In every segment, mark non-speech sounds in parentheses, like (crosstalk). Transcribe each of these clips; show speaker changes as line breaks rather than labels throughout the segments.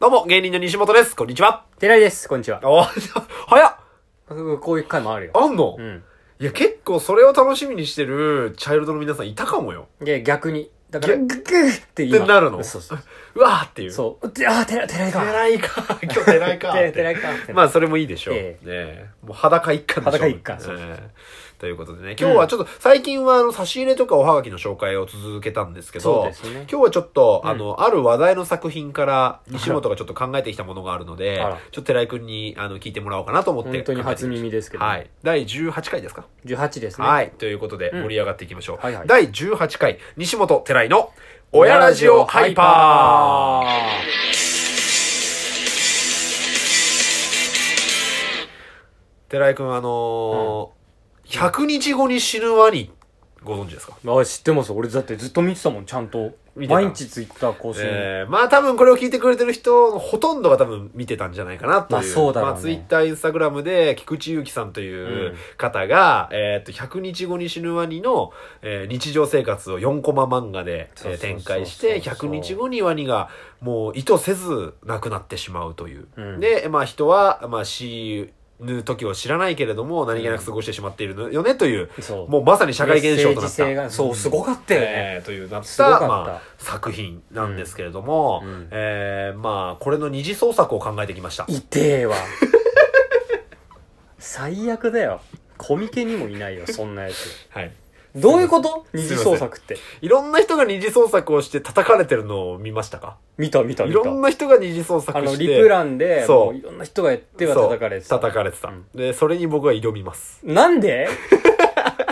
どうも、芸人の西本です。こんにちは。
寺井です、こんにちは。
お (laughs) 早っ
こういう回もあるよ。
あんの、
うん。
いや、結構それを楽しみにしてるチャイルドの皆さんいたかもよ。
で、逆に。だから、
ぎ
グッグーって今
ってなるの
そうそう。
(laughs) うわーっていう。 (laughs) う。
そう。であー、寺井、寺井が。
偉いか。今日偉い (laughs) か。
寺井、寺井か。
まあ、それもいいでしょう。
え
ねえもう裸一貫でしょう。
裸一貫そうそう
ええということでね、今日はちょっと、最近はあの差し入れとかおはがきの紹介を続けたんですけ
そう
ど、
ですね
今日はちょっと、あの、ある話題の作品から、西本がちょっと考えてきたものがあるので
あら、
ちょっと寺井くんにあの聞いてもらおうかなと思って考え
本
て
当
き
に
ました。
初耳ですけど。
はい。第18回ですか
18ですね。。
はいい。ということで、盛り上がっていきましょう。
はいはい
第18回、西本寺井の、親ラジオハイパー。寺井くん、あのー100日後に死ぬワニ、ご存知ですか
ー。あ、知ってます。俺だってずっと見てたもん、ちゃんと。
見てた
毎日ツイッター更新。
えー、まあ多分これを聞いてくれてる人のほとんどが多分見てたんじゃないかなという。
まあそうだろうね
まあツイッター、インスタグラムで菊池祐希さんという方が、えーっと、100日後に死ぬワニの、えー日常生活を4コマ漫画で、
そう
え
そ
ー
うそうそう
展開して、100日後にワニがもう意図せず亡くなってしまうという。
うん
で、まあ人は、まあ死ぬ時を知らないけれども何気なく過ごしてしまっているのよねという、
そう。
もうまさに社会現象とな
メッセージ
った。
性がそう、すごかったよね。
えーというなっ
すご
た
かった
まあ、作品なんですけれども、
うんうん
えーまあこれの二次創作を考えてきました。
痛えわ。 (laughs) 最悪だよ。コミケにもいないよ、そんなやつ。
はい、
どういうこと二
ん
次創作って。
いろんな人が二次創作をして叩かれてるのを見ましたか
見た見た
い
見た。
ろんな人が二次創作
あ
して
の、リプランで、
そう
もういろんな人がやっては叩かれて
そ
た。
う叩かれてた、
うん
でそれに僕は挑みます。
なんで (laughs)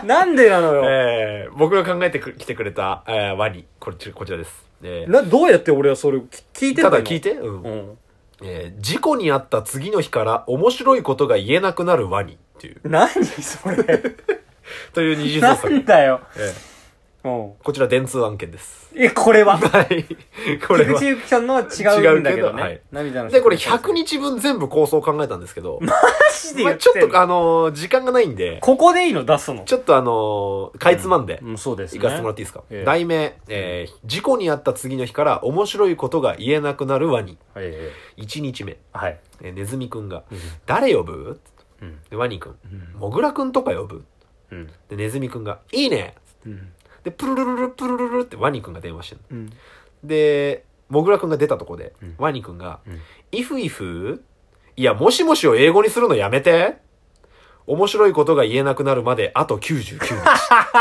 なんでなのよ。
えー僕が考えてきてくれた、えーワニこっちこちらです。えー
などうやって俺はそれを聞聞いて
た
たの
だ聞いて、うん
うん。
えー事故に遭った次の日から面白いことが言えなくなるワニっていう
何そ
(laughs)
れ。
という二次創
な
作、
んだよ。
え
うん。
ーこちら電通案件です。
え、これは
はい。 (laughs) これ
菊
は
池。ゆきさんのは違うんだけ
違
ど
うけどはい
ね。涙の人
で、これ100日分全部構想考えたんですけど、ま
マジで言
あ、
って
ち
んの
ょっとあのー時間がないんで、
ここでいいの出すの
ちょっとあのーかいつまんで、
うん、そうです
行
ね。
かせてもらっていいですか、
ええ
題名、えー事故に遭った次の日から面白いことが言えなくなるワニ。
はいはいはい。
1日目、
はい。
えーネズミくんが
うん、
誰呼ぶ
うん。
でワニくん、
うん
モグラくんとか呼ぶ
うん。
で、ネズミくんが、いいね
うん。
で、プルルルルプルルルってワニくんが電話してる。
うん。
で、モグラくんが出たとこで、
うん
ワニくんが、
うん
イフイフいや、もしもしを英語にするのやめて面白いことが言えなくなるまで、あと99日。こ
(laughs)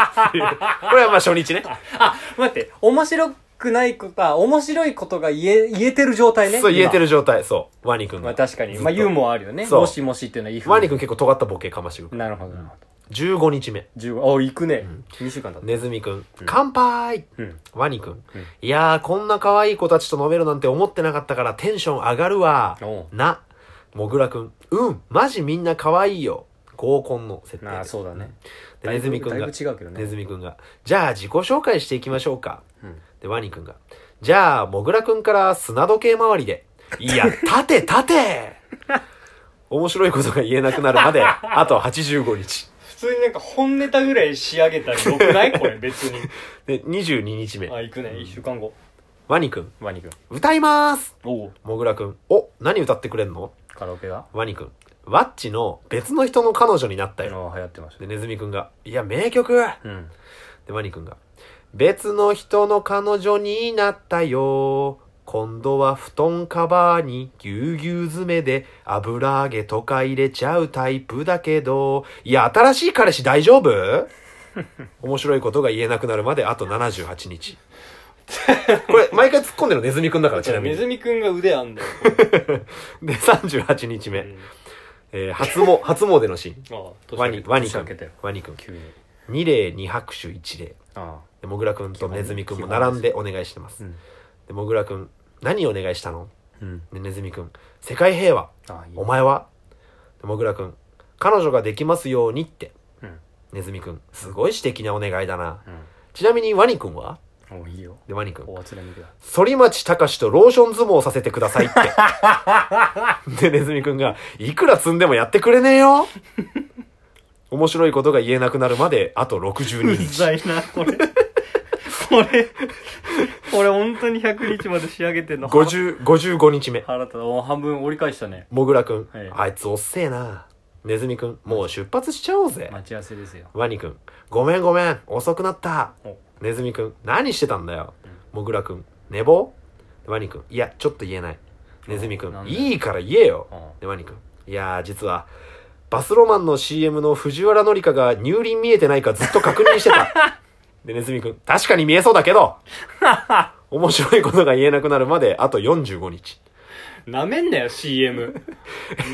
れはまあ初日ね。
あ、待って、面白くないこと、あ、面白いことが言え、言えてる状態ね。
そう、言えて
る。
る状態。そう、ワニくん
まあ
が。
確かに。
ずっと
まあユーモアあるよね。
そう
もしもしっていうのはいい
ワニくん結構尖ったボケかましてくる。
なるほど、なるほど。
15日目。
15、あ、行くね。2週間だった。
ネズミくん、乾杯
うん。
ワニくん
うん、
いやー、こんな可愛い子たちと飲めるなんて思ってなかったからテンション上がるわ
おう。
な、もぐらくん、うん、マジみんな可愛いよ。合コンの設定
ああ、
です。
そうだね。
でネズミくん
だ
が
いぶ、違うけど
ネ
ね。
ズミくんが、じゃあ自己紹介していきましょうか。
うん
で、ワニくんが、じゃあ、もぐらくんから砂時計回りで。い
(laughs)
や、立て立て面白いことが言えなくなる
(laughs)
まで、あと85日。
普通になんか本ネタぐらい仕上げたらよく (laughs) ないこれ、別に。
で、22日目。
行くね。1週間後。
ワニくん、
ワニ君。
歌います
おお。
もぐらくん、お、何歌ってくれんの
カラオケが
ワニくん、ワッチの別の人の彼女になった
あ
よ。
の、流行ってました
で、
ね。
ネズミくんが、いや、名曲
うん。
で、ワニくんが、別の人の彼女になったよ。今度は布団カバーにぎゅうぎゅう詰めで油揚げとか入れちゃうタイプだけど、いや、新しい彼氏大丈夫面白いことが言えなくなるまであと78日。これ、毎回突っ込んでるのネズミくんだから、ちなみに。で、
ミくんが腕あんだよ。
38日目。
うん
えー初詣、初詣のシーン。
ああ、
ワニ、ワニ
年
く
明
ん
けたよ。。
ワニくん。
急に。
二礼二拍手一礼。
あ
でもぐらくんとネズミくんも並んでお願いしてます
あ。う。ん。
で、もぐらくん、何お願いしたの
うん。
で、ネズミくん、世界平和。
ああ、いい。
お前はで、もぐらくん、彼女ができますようにって。
うん。
ネズミくん、すごい素敵なお願いだな。
うん。
ちなみにワニくんは
おいいよ。
で、ワニくん、
おあつらみくだ。
反町隆史とローション相撲をさせてください
(laughs)
って。で、ネズミくんが、いくら積んでもやってくれねえよ。面白いことが言えなくなるまで、あと62日。
いな、これ。これ。俺本当に100日まで仕上げてんの。
50 55日目。
腹立た。お半分折り返したね。
もぐらくん、
はい
あいつおっせえな。ネズミくん、もう出発しちゃおうぜ。
待ち合わせですよ。
ワニくん、ごめんごめん、遅くなった。
お
ネズミくん、何してたんだよ。もぐらくん、寝坊ワニくん、いや、ちょっと言えない。ネズミく
なん
ん、
で
いいから言えよ。
う
で、ワニくん、いやー、実は、バスロマンの CM の藤原紀香が乳輪見えてないかずっと確認してた。
(laughs)
で、ネズミくん、確かに見えそうだけど、面白いことが言えなくなるまで、あと45日。
ん。なめんなよ、CM。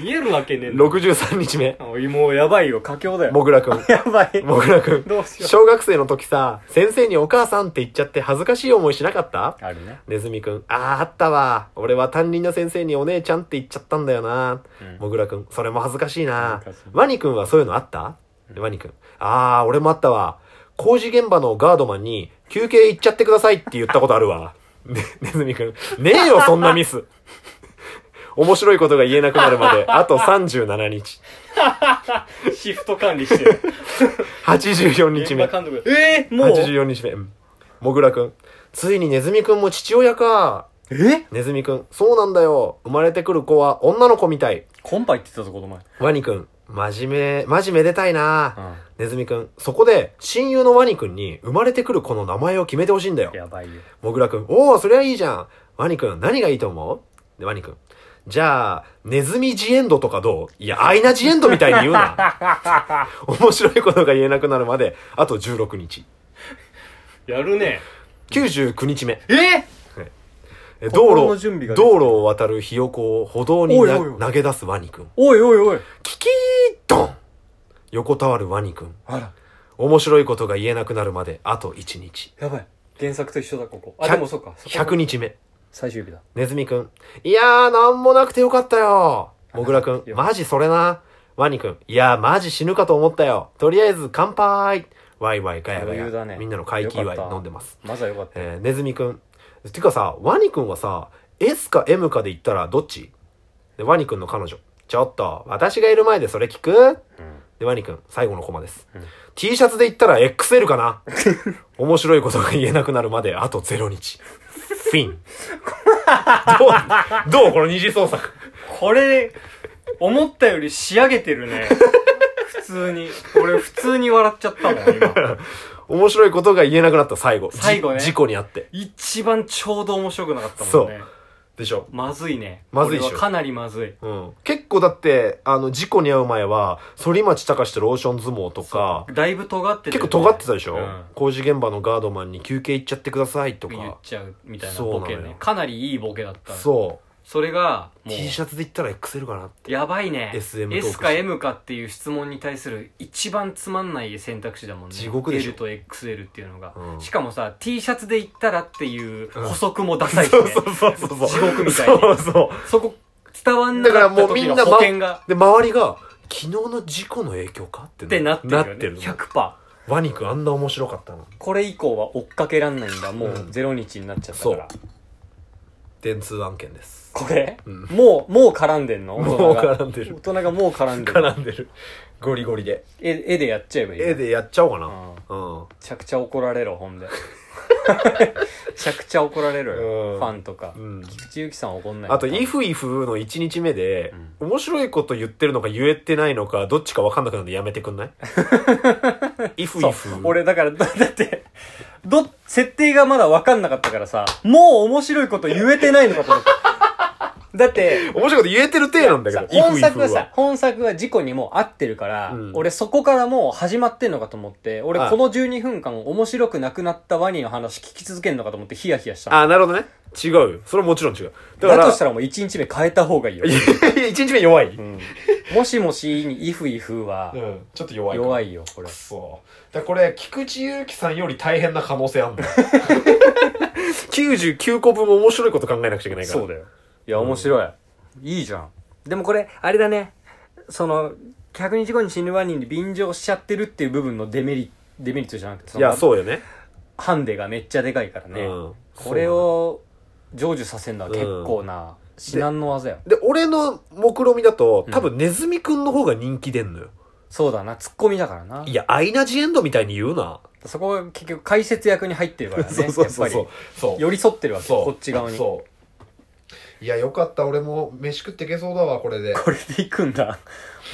見えるわけねえんだ
63日目。
おいもうやばいよ、佳境だよ。
もぐらくん、
(laughs) やばい。
もぐらくん、
どうしよう
小学生の時さ、先生にお母さんって言っちゃって恥ずかしい思いしなかった
あるね。
ネズミくん、あーあったわ。俺は担任の先生にお姉ちゃんって言っちゃったんだよな。
うん
もぐらくん、それも恥ずかしいな
恥ずかしい。
ワニくんはそういうのあったワニくん、ああ、俺もあったわ。工事現場のガードマンに休憩行っちゃってくださいって言ったことあるわ。 (laughs) ね、ネズミくん、ねえよ、そんなミ
(laughs)
ス。面白いことが言えなくなるまで、あと37日。
シフト管理してる。
84日
現
目
場。監督。えー、もう。
84日目。うんもぐらくん。ついにネズミくんも父親か。
え
ネズミくん。そうなんだよ。生まれてくる子は女の子みたい。
コンパ言ってたぞ、この前。
ワニくん。真面目、真面目でたいな。ネズミくん。そこで、親友のワニくんに生まれてくる子の名前を決めてほしいんだよ。
やばいよ。
もぐらくん。おお、そりゃいいじゃん。ワニくん、何がいいと思うで、ワニくん。じゃあ、ネズミジエンドとかどういや、アイナジエンドみたいに言う
(laughs)
な。面白いことが言えなくなるまで、あと16日。
やるね。
99日目。
え
え道路
心
を
の準備ができて
道路を渡るひよこを歩道にな
おいおいおい
投げ出すワニくん。
おいおいおい。
キキードン横たわるワニくん。
あら、
面白いことが言えなくなるまであと1日。
やばい。原作と一緒だ、ここ。
100
あ、でもそうか。そこ
100日目。
最終日だ。
ネズミくん。いやー、なんもなくてよかったよ。もぐらくん。マジそれな。ワニくん。いやー、マジ死ぬかと思ったよ。とりあえず乾杯。ワイワイガヤガ
余裕だね
ヤ。みんなの回帰
よ
祝い
かった
飲んでます。
まずはよかった。
えー、ネズミくん。てかさ、ワニくんはさ、S か M かで言ったらどっちで、ワニくんの彼女。ちょっと、私がいる前でそれ聞くで、ワニくん、最後のコマです。T シャツで言ったら XL かな (laughs) 面白いことが言えなくなるまで、あと0日。フ
(laughs)
ィン。どう、どうこの二次創作。
これ、思ったより仕上げてるね。 (laughs) 普通に。俺普通に笑っちゃったもん、
(laughs)
今。
面白いことが言えなくなった、最後。じ
最後ね
事故にあって。
一番ちょうど面白くなかったもんね。
でしょ
まずいね。
まずいっしょ
これはかなりまずい。
うん、結構だって、あの、事故に遭う前は、反町隆史とローション相撲とか、
だいぶ尖ってた
結
よ
構
ね
尖ってたでしょ、
うん
工事現場のガードマンに休憩行っちゃってくださいと
言っ
か。
ちゃうみたいな
そう
ボ
なの
ケ
よ
ね。かなりいいボケだった。
そ
それが、
う。
も
T シ
う、
ャツで言ったら XL かなって。
やばいね。
SM トーク
S か M かっていう質問に対する一番つまんない選択肢だもんね。
地獄でしょ
L と XL っていうのが。
うん
しかもさ、T シャツで言ったらっていう
うん
補足もダサいしね。
そうそうそうそうそう。
地獄みたいに
そうそう。
そこ、伝わんなかった時の
だからも
保
うみ
険
ん
が。
で、周りが、昨日の事故の影響かって
ってなってるよね。
の
100%。
ワニ君あんな面白かったの。
これ以降は追っかけらんないんだ。もう
うん
0日になっちゃったから。
電通案件です。
これ、
うん
もう、もう絡んでんの大
もう
人が。
絡んで
大
る。
人がもう絡んでる。
絡んでる。ゴリゴリで。
絵絵でやっちゃえばいい。
絵。でやっちゃおうか
う
な。
ん。
うん。
めちゃくちゃ怒られろ、ほんで。めちゃくちゃ怒られ
う
る
ん
よ。ファンとか。
うん
菊池由紀さん怒んない。
あと、イフイフの1日目で、
う
面白いこと言ってるのか言えてないのか、どっちか分かんなくなるんでやめてくん
(laughs)
ないイフイ
そう
フ。
俺、だから、だだって、ど、設定がまだ分かんなかったからさ、もう面白いこと言えてないのかと思った。だって、
面白いこと言えてる体なんだけど、
さ本作
イ
は
フイフ
さ、本作は事故にもう合ってるから、
うん
俺そこからもう始まってんのかと思って、俺
はい
この12分間面白くなくなったワニの話聞き続けるのかと思ってヒヤヒヤしたの。
は。あ、なるほどね。違うよ。それはもちろん違う。だか
だ
ら、
としたらもう1日目変えた方がいいよ。
いや一日目弱い。
うんもしもしにイフイフは
うん、ちょっと弱いか。
弱いよ、これ
く。そ。だからこれ、菊池祐希さんより大変な可能性あ
(laughs)
んの。99個分面白いこと考えなくちゃいけないから。
そうだよ。いや、面白い。いいじゃん。でもこれ、あれだね。その、100日後に死ぬワニに便乗しちゃってるっていう部分のデメリデメリットじゃなくて、そ
いや、
の
そうよね。
ハンデがめっちゃでかいからね。
うん
これを成就させるのは結構な至難の技よ。
で、俺の目論見みだと
う、ん
多分ネズミくんの方が人気出んのよ。
そうだな、ツッコミだからな。
いや、アイナ・ジ・エンドみたいに言うな。
そこは結局解説役に入ってるからね。
(laughs) そうそうそう
や
そ
っ
う
ぱ。
そう
り。寄り添ってるわけ、
そう
こっち側に。
そう
こ
いやよかった俺も飯食ってけそうだわこれ
(laughs)
で
れでいくんだ。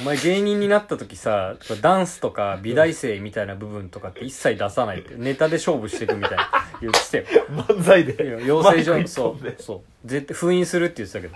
お前芸人になった時さ、ダンスとか美大生みたいな部分とかって一切出さないって、ネタで勝負していくみたいな言ってたよ。
漫才で
いや養成所
マイ
に
ク一
そ
本で
うそう絶対封印するって言ってたけど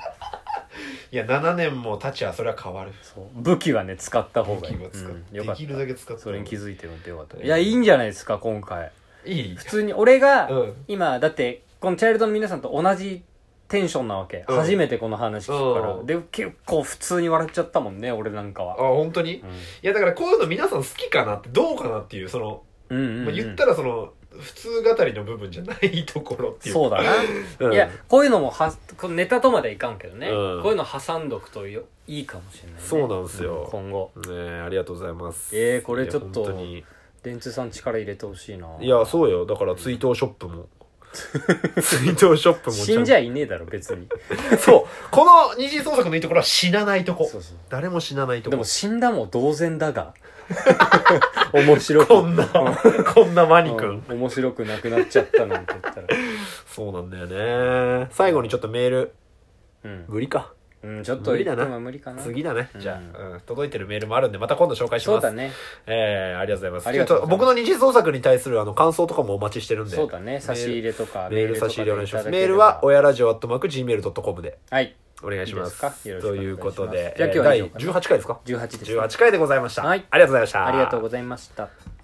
いや7年も経ちゃそれは変わる
そう武器はね使った方がいい、
武器は使っ
うんよかっ
できるだけ使ったた
それに気づいてもらってよかった
うん
いやいいんじゃないですか今回
いい
普通に俺が、
うん
今だってこのチャイルドの皆さんと同じテンションなわけ、
うん
初めてこの話聞くから、
うん
で結構普通に笑っちゃったもんね俺なんか
あ
は、
本当に、
うん
いやだからこういうの皆さん好きかなってどうかなっていうその、
うんうんうん
まあ、言ったらその普通語りの部分じゃないところっていう
そうだな、
うん
いやこういうのもはこのネタとまでいかんけどね、
うん
こういうの挟んどくとよいいかもしれない、ね、
そうなんですよ
う今後
ねえありがとうございます
えーこれちょっと
いや本当に
電通さん力入れてほしいない
やそうよだから追悼ショップ
(laughs)
も追悼ショップも
死んじゃ
い
いねえだろ別に
(laughs) そうこの二次創作のいいところは死なないとこ
そうそう
誰も死なないとこ
でも死んだも同然
(laughs)
だが面白く
こんな、こんなマニ君。
うん面白くなくなっちゃったなんて言ったら
そうなんだよね。最後にちょっとメール、
うん、
無理か。
うん、ちょっと
無理だな
今無理かな
次だね
う。ん
じゃあ、うん届いてるメールもあるんで、また今度紹介し
そ
ま
う
す
だ。ね
えー、ありがとうござ
あ
い
り
ま
が
す。ち
と
ょっと
うございます
僕の二次創作に対するあの感想とかもお待ちしてるんで。
そうだね差し入れとか
メール差し入れお願いします。メール
とか
は、親ラジオアットマーク Gmail.com で
はい
お願いしま
いいですか
す。
よろしくお
と
願
い
いし
う
ます
ことで、
じゃあ
えー
今日は以上
第18回ですか
18です、
?18 回でございました。
はい
ありがとうございました。
ありがとうございました